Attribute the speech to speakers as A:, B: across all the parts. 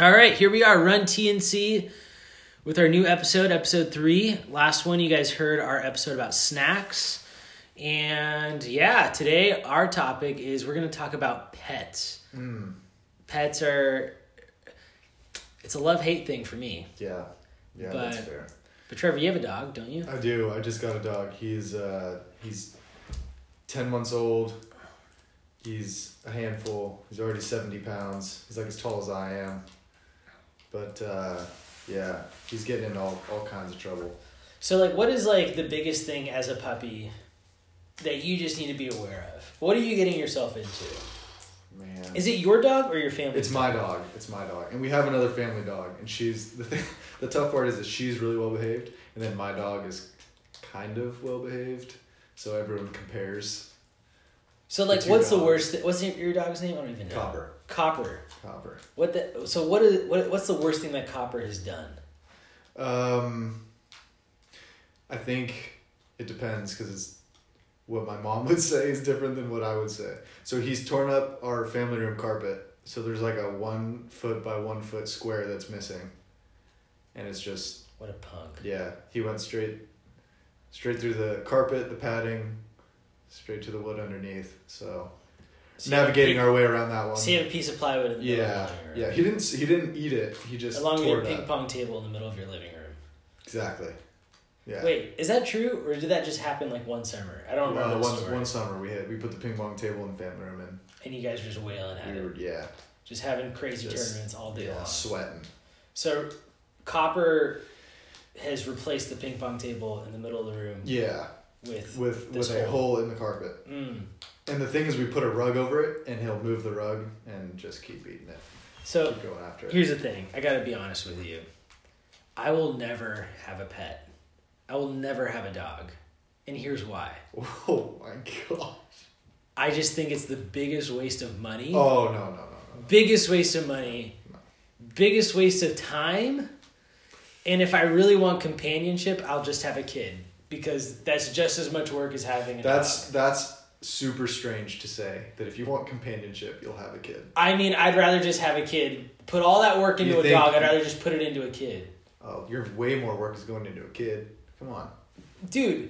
A: All right, here we are, Run TNC with our new episode, episode three. Last one, you guys heard our episode about snacks. And yeah, today our topic is we're going to talk about pets.
B: Mm.
A: Pets are, it's a love hate thing for me.
B: Yeah, yeah,
A: But-
B: that's fair.
A: But Trevor, you have a dog, don't you?
B: I do. I just got a dog. He's uh, he's ten months old. He's a handful. He's already seventy pounds. He's like as tall as I am. But uh, yeah, he's getting in all, all kinds of trouble.
A: So, like, what is like the biggest thing as a puppy that you just need to be aware of? What are you getting yourself into?
B: Man,
A: Is it your dog or your family?
B: it's my dog. It's my dog, and we have another family dog. And she's the thing, the tough part is that she's really well behaved, and then my dog is kind of well behaved. So everyone compares.
A: so, like,
B: it's your
A: what's the
B: dog.
A: worst? Th- what's your, your dog's name? I don't even know.
B: Copper,
A: Copper.
B: copper.
A: What the? So what is what? What's the worst thing that Copper has done?
B: Um, I think it depends because it's what my mom would say is different than what I would say. So he's torn up our family room carpet. So there's like a one foot by one foot square that's missing, and it's just
A: What a punk!
B: yeah. He went straight, straight through the carpet, the padding, straight to the wood underneath. So
A: So you have a
B: navigating
A: pi-
B: our way around that one.
A: So you have a piece of plywood in the middle
B: yeah,
A: of your living
B: yeah.
A: room,
B: He didn't. s- He didn't eat it. He just
A: along with
B: tore
A: your
B: it
A: ping
B: up.
A: pong table in the middle of your living room.
B: Exactly. Yeah.
A: Wait, is that true, or did that just happen like one summer? I don't remember
B: Well,
A: the
B: one,
A: story.
B: one summer we had we put the ping pong table in the family room and
A: And you guys were just wailing at
B: we
A: it,
B: were yeah
A: just having crazy
B: just-
A: tournaments all day
B: yeah
A: long.
B: sweating
A: So Copper has replaced the ping pong table in the middle of the room
B: yeah
A: with.
B: with
A: This
B: with a
A: hole.
B: hole in the carpet
A: Mm.
B: and the thing is we put a rug over it and he'll move the rug and just keep eating it
A: So
B: keep going after it
A: Here's the thing. I gotta be honest with you. I will never have a pet. I will never have a dog. And here's why.
B: oh my god
A: I just think it's the biggest waste of money.
B: oh no no no no
A: Biggest waste of money. Biggest waste of time. And if I really want companionship, I'll just have a kid. Because that's just as much work as having a
B: that's
A: dog.
B: that's super strange to say that if you want companionship you'll have a kid
A: I mean, I'd rather just have a kid. Put all that work into
B: You
A: a
B: think-
A: dog. I'd rather just put it into a kid.
B: oh your way more work is going into a kid come on
A: Dude,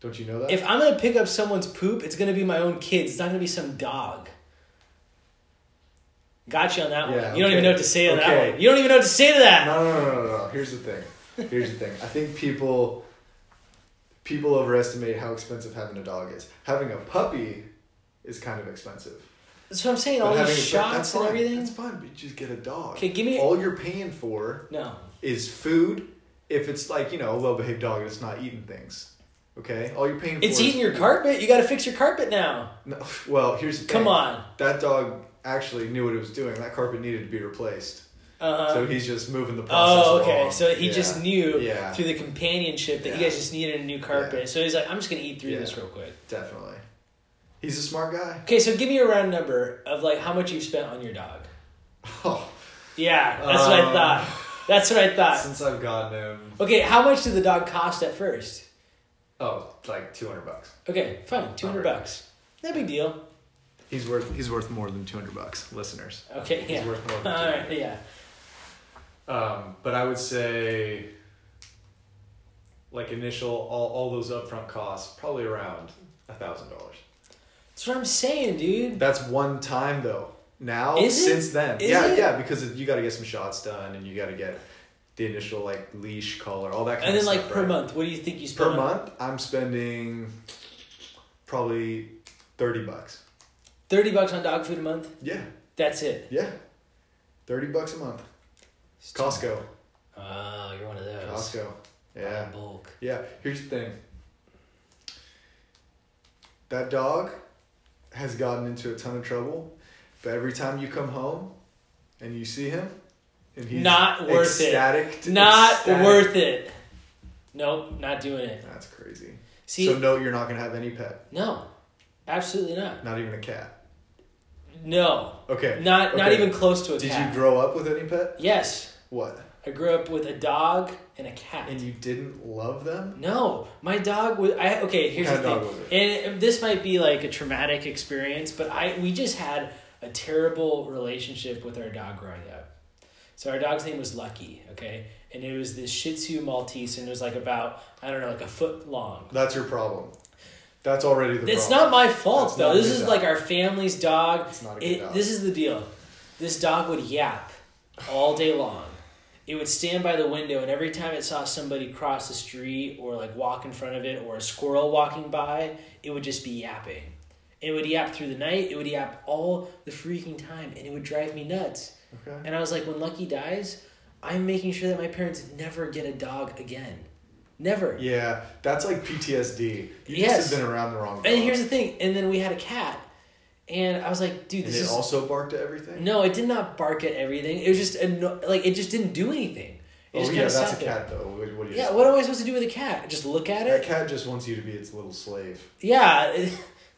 B: don't you know that
A: If I'm gonna pick up someone's poop, it's gonna be my own kids. It's not gonna be some dog. Got you on that
B: Yeah,
A: one. You don't even
B: okay.
A: know what to say to that
B: Okay.
A: one. You don't even know what to say to that.
B: No, no, no, no, no. Here's the thing. Here's the thing. I think people people overestimate how expensive having a dog is. Having a puppy is kind of expensive.
A: That's what I'm saying.
B: But
A: All
B: having
A: these
B: a-
A: shots
B: that's
A: and
B: fine.
A: everything.
B: That's fine. But you just get a dog.
A: 'Kay, give me-
B: All you're paying for
A: No.
B: is food. If it's like you know a well-behaved dog, it's not eating things. Okay. All you're paying for.
A: It's
B: is-
A: eating your carpet. You gotta fix your carpet now.
B: No, well, here's the thing.
A: Come on.
B: That dog actually knew what it was doing. That carpet needed to be replaced.
A: Uh
B: so
A: huh.
B: he's just moving the process.
A: Oh, okay.
B: along.
A: So he
B: Yeah.
A: just knew
B: Yeah.
A: through the companionship that you
B: Yeah.
A: guys just needed a new carpet.
B: Yeah.
A: So he's like, I'm just gonna eat through
B: Yeah.
A: this real quick.
B: Definitely. He's a smart guy.
A: Okay, so give me a round number of like how much you've spent on your dog.
B: Oh,
A: Yeah, that's what I
B: Um,
A: thought. That's what I thought.
B: since I've gotten him,
A: Okay, how much did the dog cost at first?
B: oh, like two hundred bucks.
A: Okay, fine, two hundred
B: Alright.
A: bucks. No big deal.
B: He's worth he's worth more than two hundred bucks, listeners.
A: Okay,
B: He's
A: yeah.
B: worth more than
A: All
B: 200.
A: right, yeah.
B: Um, but I would say, like initial all all those upfront costs, probably around a thousand dollars.
A: That's what I'm saying, dude.
B: That's one time though. Now
A: Is it?
B: since then,
A: Is
B: yeah,
A: it?
B: yeah, because you got to get some shots done, and you got to get the initial like leash collar, all that kind
A: And
B: of
A: then,
B: stuff.
A: like per
B: right?
A: month, what do you think you spend?
B: per
A: on-
B: month i'm spending probably 30 bucks
A: Thirty bucks on dog food a month.
B: yeah
A: That's it.
B: yeah 30 bucks a month costco
A: Oh, you're one of those.
B: costco
A: Buy
B: yeah
A: in Bulk.
B: yeah here's the thing that dog has gotten into a ton of trouble but every time you come home and you see him and he's
A: Not worth it.
B: ecstatic to-
A: Not
B: ecstatic.
A: worth it. Nope, not doing it.
B: that's crazy
A: See,
B: so no you're not gonna have any pet
A: no, absolutely not.
B: not even a cat
A: No,
B: okay
A: not not
B: Okay.
A: even close to a
B: did
A: cat.
B: you grow up with any pet
A: Yes,
B: what
A: I grew up with a dog and a cat.
B: and you didn't love them?
A: No, my dog was. I okay. Here's
B: What
A: the
B: kind of
A: thing,
B: dog was
A: and this might be like a traumatic experience, but I we just had a terrible relationship with our dog growing up. So our dog's name was Lucky, okay? And it was this Shih Tzu Maltese, and it was like about, I don't know, like a foot long.
B: That's your problem. That's already the
A: It's not
B: problem.
A: my fault
B: That's
A: though.
B: not
A: This
B: good
A: is
B: dog.
A: like our family's dog.
B: It's not a good
A: It,
B: dog.
A: This is the deal. This dog would yap all day long. It would stand by the window, and every time it saw somebody cross the street or like walk in front of it or a squirrel walking by, it would just be yapping. It would yap through the night. It would yap all the freaking time, and it would drive me nuts.
B: okay.
A: And I was like, when Lucky dies, I'm making sure that my parents never get a dog again. Never.
B: Yeah, that's like PTSD. You
A: Yes.
B: just have been around the wrong. Dog.
A: And here's the thing. And then we had a cat, and I was like, dude,
B: And
A: this
B: it
A: is
B: also barked at everything.
A: no. It did not bark at everything. It was just anno- like it just didn't do anything. It
B: Oh
A: just
B: yeah,
A: kinda
B: that's a
A: sat there.
B: cat though. What, what do you
A: Yeah,
B: just-
A: what am I supposed to do with a cat? Just look at
B: That
A: it?
B: cat just wants you to be its little slave.
A: Yeah, it's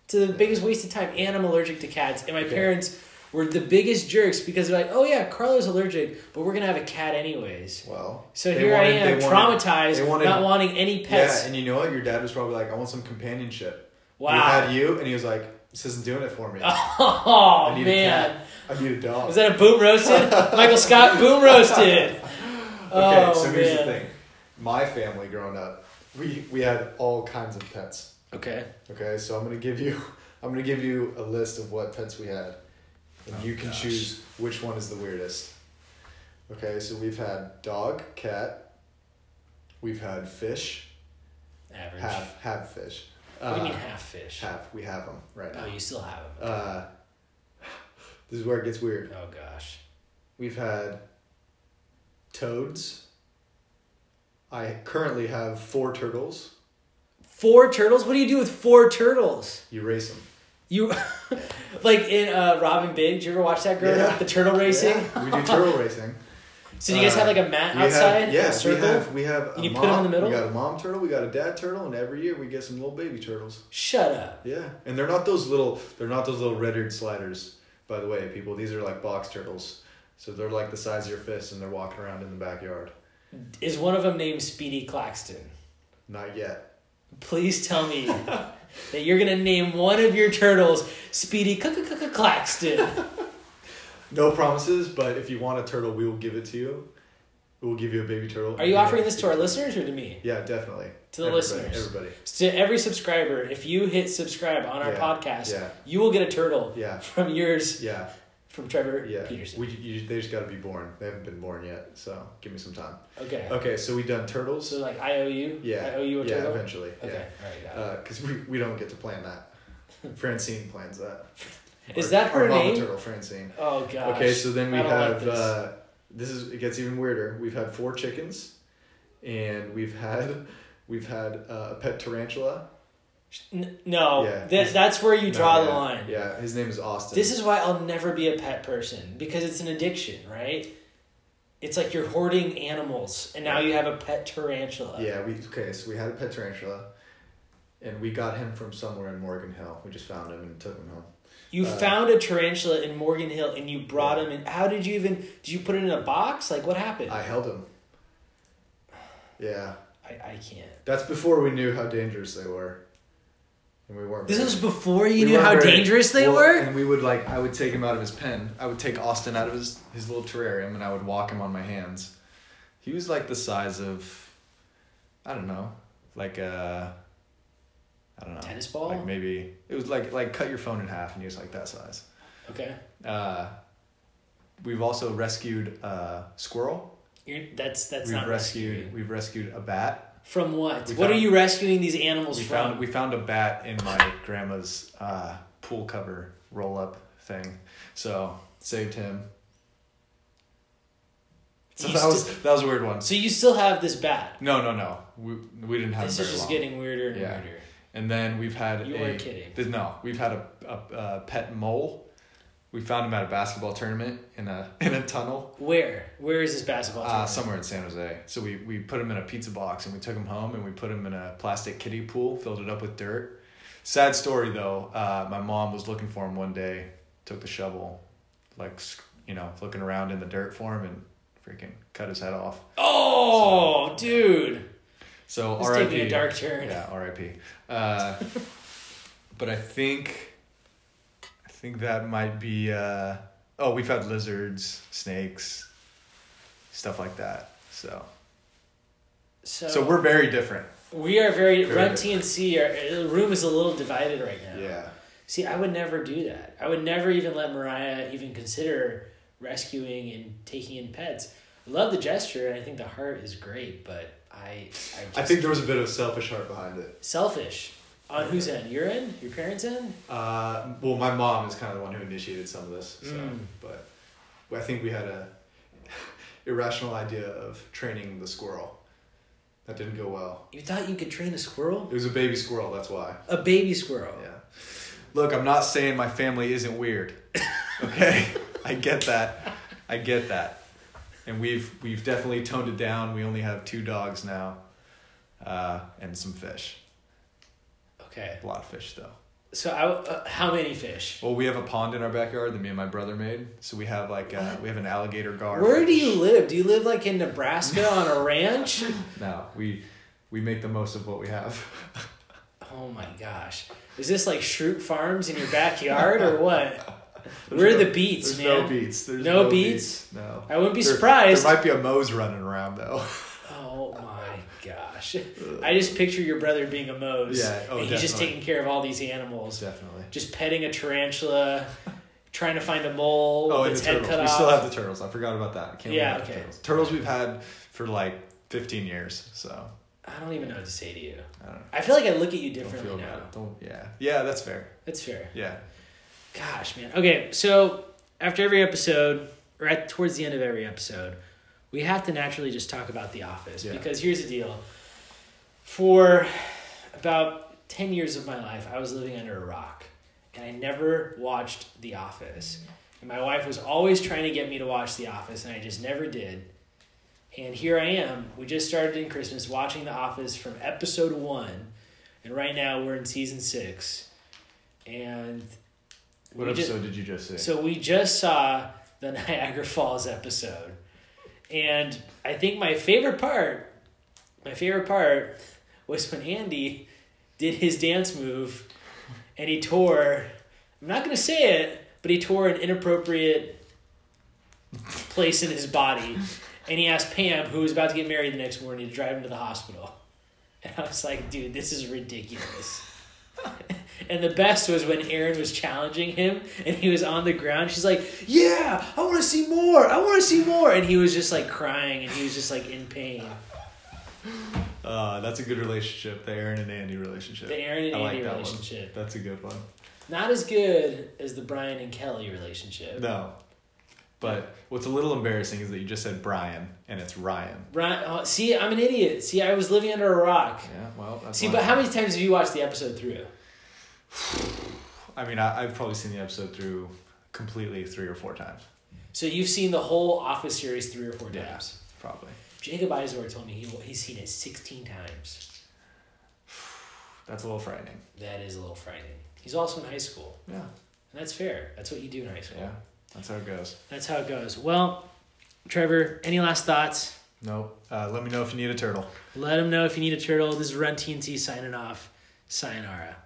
A: the biggest waste of time. And I'm allergic to cats. And my
B: Okay.
A: parents were the biggest jerks because they're like, oh yeah, Carlo's allergic, but we're gonna have a cat anyways.
B: Well,
A: So
B: they
A: here
B: wanted-
A: I am,
B: they wanted-
A: traumatized,
B: they wanted-
A: not wanting any
B: Yeah,
A: pets.
B: and you know what? Your dad was probably like, "I want some companionship." He
A: wow.
B: had you, and he was like, "This isn't doing it for me.
A: Oh
B: I need a
A: man.
B: cat. I need a dog."
A: Was that a boom roasted? Michael Scott boom roasted.
B: okay,
A: Oh,
B: so here's
A: man.
B: the thing. My family growing up, we we had all kinds of pets.
A: Okay.
B: Okay, so I'm gonna give you I'm gonna give you a list of what pets we had. And
A: Oh,
B: you can
A: gosh.
B: choose which one is the weirdest. Okay, so we've had dog, cat, we've had fish,
A: Average.
B: have have fish.
A: What do you mean
B: Uh,
A: half fish?
B: have we have them right
A: Oh,
B: now.
A: you still have them.
B: Uh, this is where it gets weird.
A: Oh gosh.
B: We've had toads. I currently have four turtles.
A: Four turtles? What do you do with four turtles?
B: You race them.
A: You like in uh, Robin Big, did you ever watch that growing
B: Yeah.
A: up? The turtle racing?
B: we do turtle racing.
A: So you guys have like a mat outside?
B: Yeah,
A: a circle?
B: we have. We have.
A: And you put 'em in the middle?
B: We got a mom turtle. We got a dad turtle, and every year we get some little baby turtles.
A: Shut up.
B: Yeah, and they're not those little. They're not those little red-eared sliders. By the way, people, these are like box turtles. So they're like the size of your fist, and they're walking around in the backyard.
A: Is one of them named Speedy Claxton?
B: Not yet.
A: Please tell me that you're gonna name one of your turtles Speedy Claxton.
B: No promises, but if you want a turtle, we will give it to you. We'll give you a baby turtle.
A: Are you offering this to our listeners or to me?
B: Yeah, definitely.
A: To the
B: Everybody-
A: listeners.
B: Everybody.
A: To every subscriber, if you hit subscribe on our
B: Yeah,
A: podcast,
B: yeah.
A: you will get a turtle
B: Yeah.
A: from yours
B: Yeah.
A: from Trevor
B: Yeah.
A: Peterson.
B: We, you, they just got to be born. They haven't been born yet, so give me some time.
A: Okay.
B: Okay, so we done turtles.
A: So like I owe you.
B: Oh. Yeah.
A: I owe Uh, oh, you a
B: yeah, Uh,
A: turtle.
B: eventually.
A: Okay.
B: Yeah.
A: All right.
B: Because we, we don't get to plan that. Francine plans that.
A: Is
B: Our-
A: that her
B: our mama
A: name?
B: turtle, Francine.
A: Oh gosh.
B: Okay, so then we
A: I don't like
B: have.
A: this.
B: uh, this is it gets even weirder. We've had four chickens, and we've had we've had uh, a pet tarantula.
A: N- no,
B: Yeah.
A: Th- that's where you draw
B: No,
A: the
B: yeah,
A: line.
B: Yeah, his name is Austin.
A: This is why I'll never be a pet person because it's an addiction, right? It's like you're hoarding animals, and now you have a pet tarantula.
B: Yeah, we okay. So we had a pet tarantula, and we got him from somewhere in Morgan Hill. We just found him and took him home.
A: You
B: Uh,
A: found a tarantula in Morgan Hill, and you brought him. in. how did you even? Did you put it in a box? Like what happened?
B: I held him. Yeah,
A: I, I can't.
B: That's before we knew how dangerous they were, and we weren't.
A: This
B: very-
A: was before you
B: we
A: knew
B: weren't
A: how
B: very-
A: dangerous they
B: well,
A: were.
B: And we would like, I would take him out of his pen. I would take Austin out of his his little terrarium, and I would walk him on my hands. He was like the size of, I don't know, like a, I don't know,
A: Tennis ball?
B: Like maybe it was like like cut your phone in half, and he was like that size.
A: Okay,
B: Uh, we've also rescued a squirrel.
A: You're, that's that's
B: we've
A: not
B: rescued.
A: rescuing.
B: We've rescued a bat.
A: From what?
B: We
A: what are
B: found-
A: you rescuing these animals
B: We
A: from?
B: found we found a bat in my grandma's uh, pool cover roll up thing, so saved him. So
A: You
B: that
A: sti-
B: was that was a weird one.
A: so you still have this bat.
B: No, no, no. We we didn't have
A: This
B: it
A: is
B: very
A: just
B: long.
A: getting weirder and
B: Yeah.
A: weirder.
B: And then we've had
A: You
B: a,
A: weren't kidding.
B: th- no, we've had a, a, a pet mole. We found him at a basketball tournament in a in a tunnel
A: Where? Where is this basketball
B: uh,
A: tournament?
B: somewhere in San Jose. So we, we put him in a pizza box and we took him home and we put him in a plastic kiddie pool, filled it up with dirt. Sad story though. Uh, my mom was looking for him one day, took the shovel, like s- you know, looking around in the dirt for him and freaking cut his head off.
A: oh, dude.
B: So
A: It's
B: R.I.P.
A: taking a dark turn.
B: Yeah, R.I.P. Uh, but I think, I think that might be. Uh, oh, we've had lizards, snakes, stuff like that. So,
A: So,
B: so, we're very different.
A: we are very,
B: Very
A: Run
B: different.
A: TNC. Our, the room is a little divided right now.
B: Yeah.
A: See, I would never do that. I would never even let Mariah even consider rescuing and taking in pets. I love the gesture, and I think the heart is great, but I, I, just,
B: I think there was a bit of selfish heart behind it.
A: selfish. On whose end? Your end? Your parents' end?
B: Uh, well, my mom is kind of the one who initiated some of this. So,
A: Mm.
B: but I think we had a irrational idea of training the squirrel. That didn't go well.
A: You thought you could train a squirrel?
B: It was a baby squirrel. That's why.
A: A baby squirrel.
B: Yeah. Look, I'm not saying my family isn't weird. Okay? I get that. I get that. And we've we've definitely toned it down. We only have two dogs now. Uh, and some fish.
A: Okay.
B: A lot of fish though.
A: So, I, uh, how many fish?
B: Well, we have a pond in our backyard that me and my brother made. So we have like uh, we have an alligator guard.
A: Where do you live? Do you live like in Nebraska on a ranch?
B: No, we we make the most of what we have.
A: Oh my gosh. Is this like Shroot Farms in your backyard or what? We're the beats,
B: There's
A: man.
B: no beats. There's
A: No
B: no,
A: beats?
B: beats. No.
A: I wouldn't be
B: There-
A: surprised.
B: There might be a Moe's running around though.
A: Oh my gosh. I just picture your brother being a Mose.
B: Yeah, oh,
A: and he's just
B: definitely.
A: taking care of all these animals.
B: Definitely.
A: Just petting a tarantula, trying to find a mole
B: Oh,
A: with
B: and the
A: its head
B: turtles.
A: cut
B: We
A: off.
B: still have the turtles. I forgot about that. I can't
A: Yeah,
B: yeah, okay.
A: okay.
B: The turtles. turtles we've had for like 15 years, so
A: I don't even know what to say to you.
B: I don't know.
A: I feel like I look at you
B: Don't
A: differently
B: feel
A: now.
B: bad. Don't. Yeah. Yeah, that's fair.
A: That's fair.
B: Yeah.
A: Gosh, man. Okay, so after every episode, or at towards the end of every episode, we have to naturally just talk about The Office
B: Yeah.
A: because here's the deal. For about 10 years of my life, I was living under a rock and I never watched The Office. And my wife was always trying to get me to watch The Office and I just never did. And here I am. We just started in Christmas watching The Office from episode 1 and right now we're in season 6. And
B: What
A: we just-
B: episode did you just see?
A: so we just saw the Niagara Falls episode. And I think my favorite part, my favorite part was when Andy did his dance move and he tore, I'm not going to say it, but he tore an inappropriate place in his body. And he asked Pam, who was about to get married the next morning, to drive him to the hospital. And I was like, dude, this is ridiculous. And the best was when Aaron was challenging him and he was on the ground. She's like, Yeah, I want to see more. I want to see more. And he was just like crying and he was just like in pain.
B: uh, that's a good relationship, the Aaron and Andy relationship.
A: The Aaron and
B: I like
A: Andy
B: that
A: relationship.
B: One. That's a good one.
A: Not as good as the Brian and Kelly relationship.
B: No. But what's a little embarrassing is that you just said Brian and it's Ryan.
A: Brian, oh, see, I'm an idiot. See, I was living under a rock.
B: Yeah, well, that's
A: See,
B: why-
A: but how many times have you watched the episode through?
B: I mean, I, I've probably seen the episode through completely three or four times.
A: So you've seen the whole Office series three or four
B: Yeah.
A: times.
B: Probably.
A: Jacob Izor told me he, he's seen it 16 times.
B: That's a little frightening.
A: That is a little frightening. He's also in high school.
B: Yeah.
A: And that's fair. That's what you do in high school.
B: Yeah. That's how it goes.
A: That's how it goes. Well, Trevor, any last thoughts?
B: Nope. Uh, let me know if you need a turtle.
A: Let them know if you need a turtle. This is Run TNT signing off. Sayonara.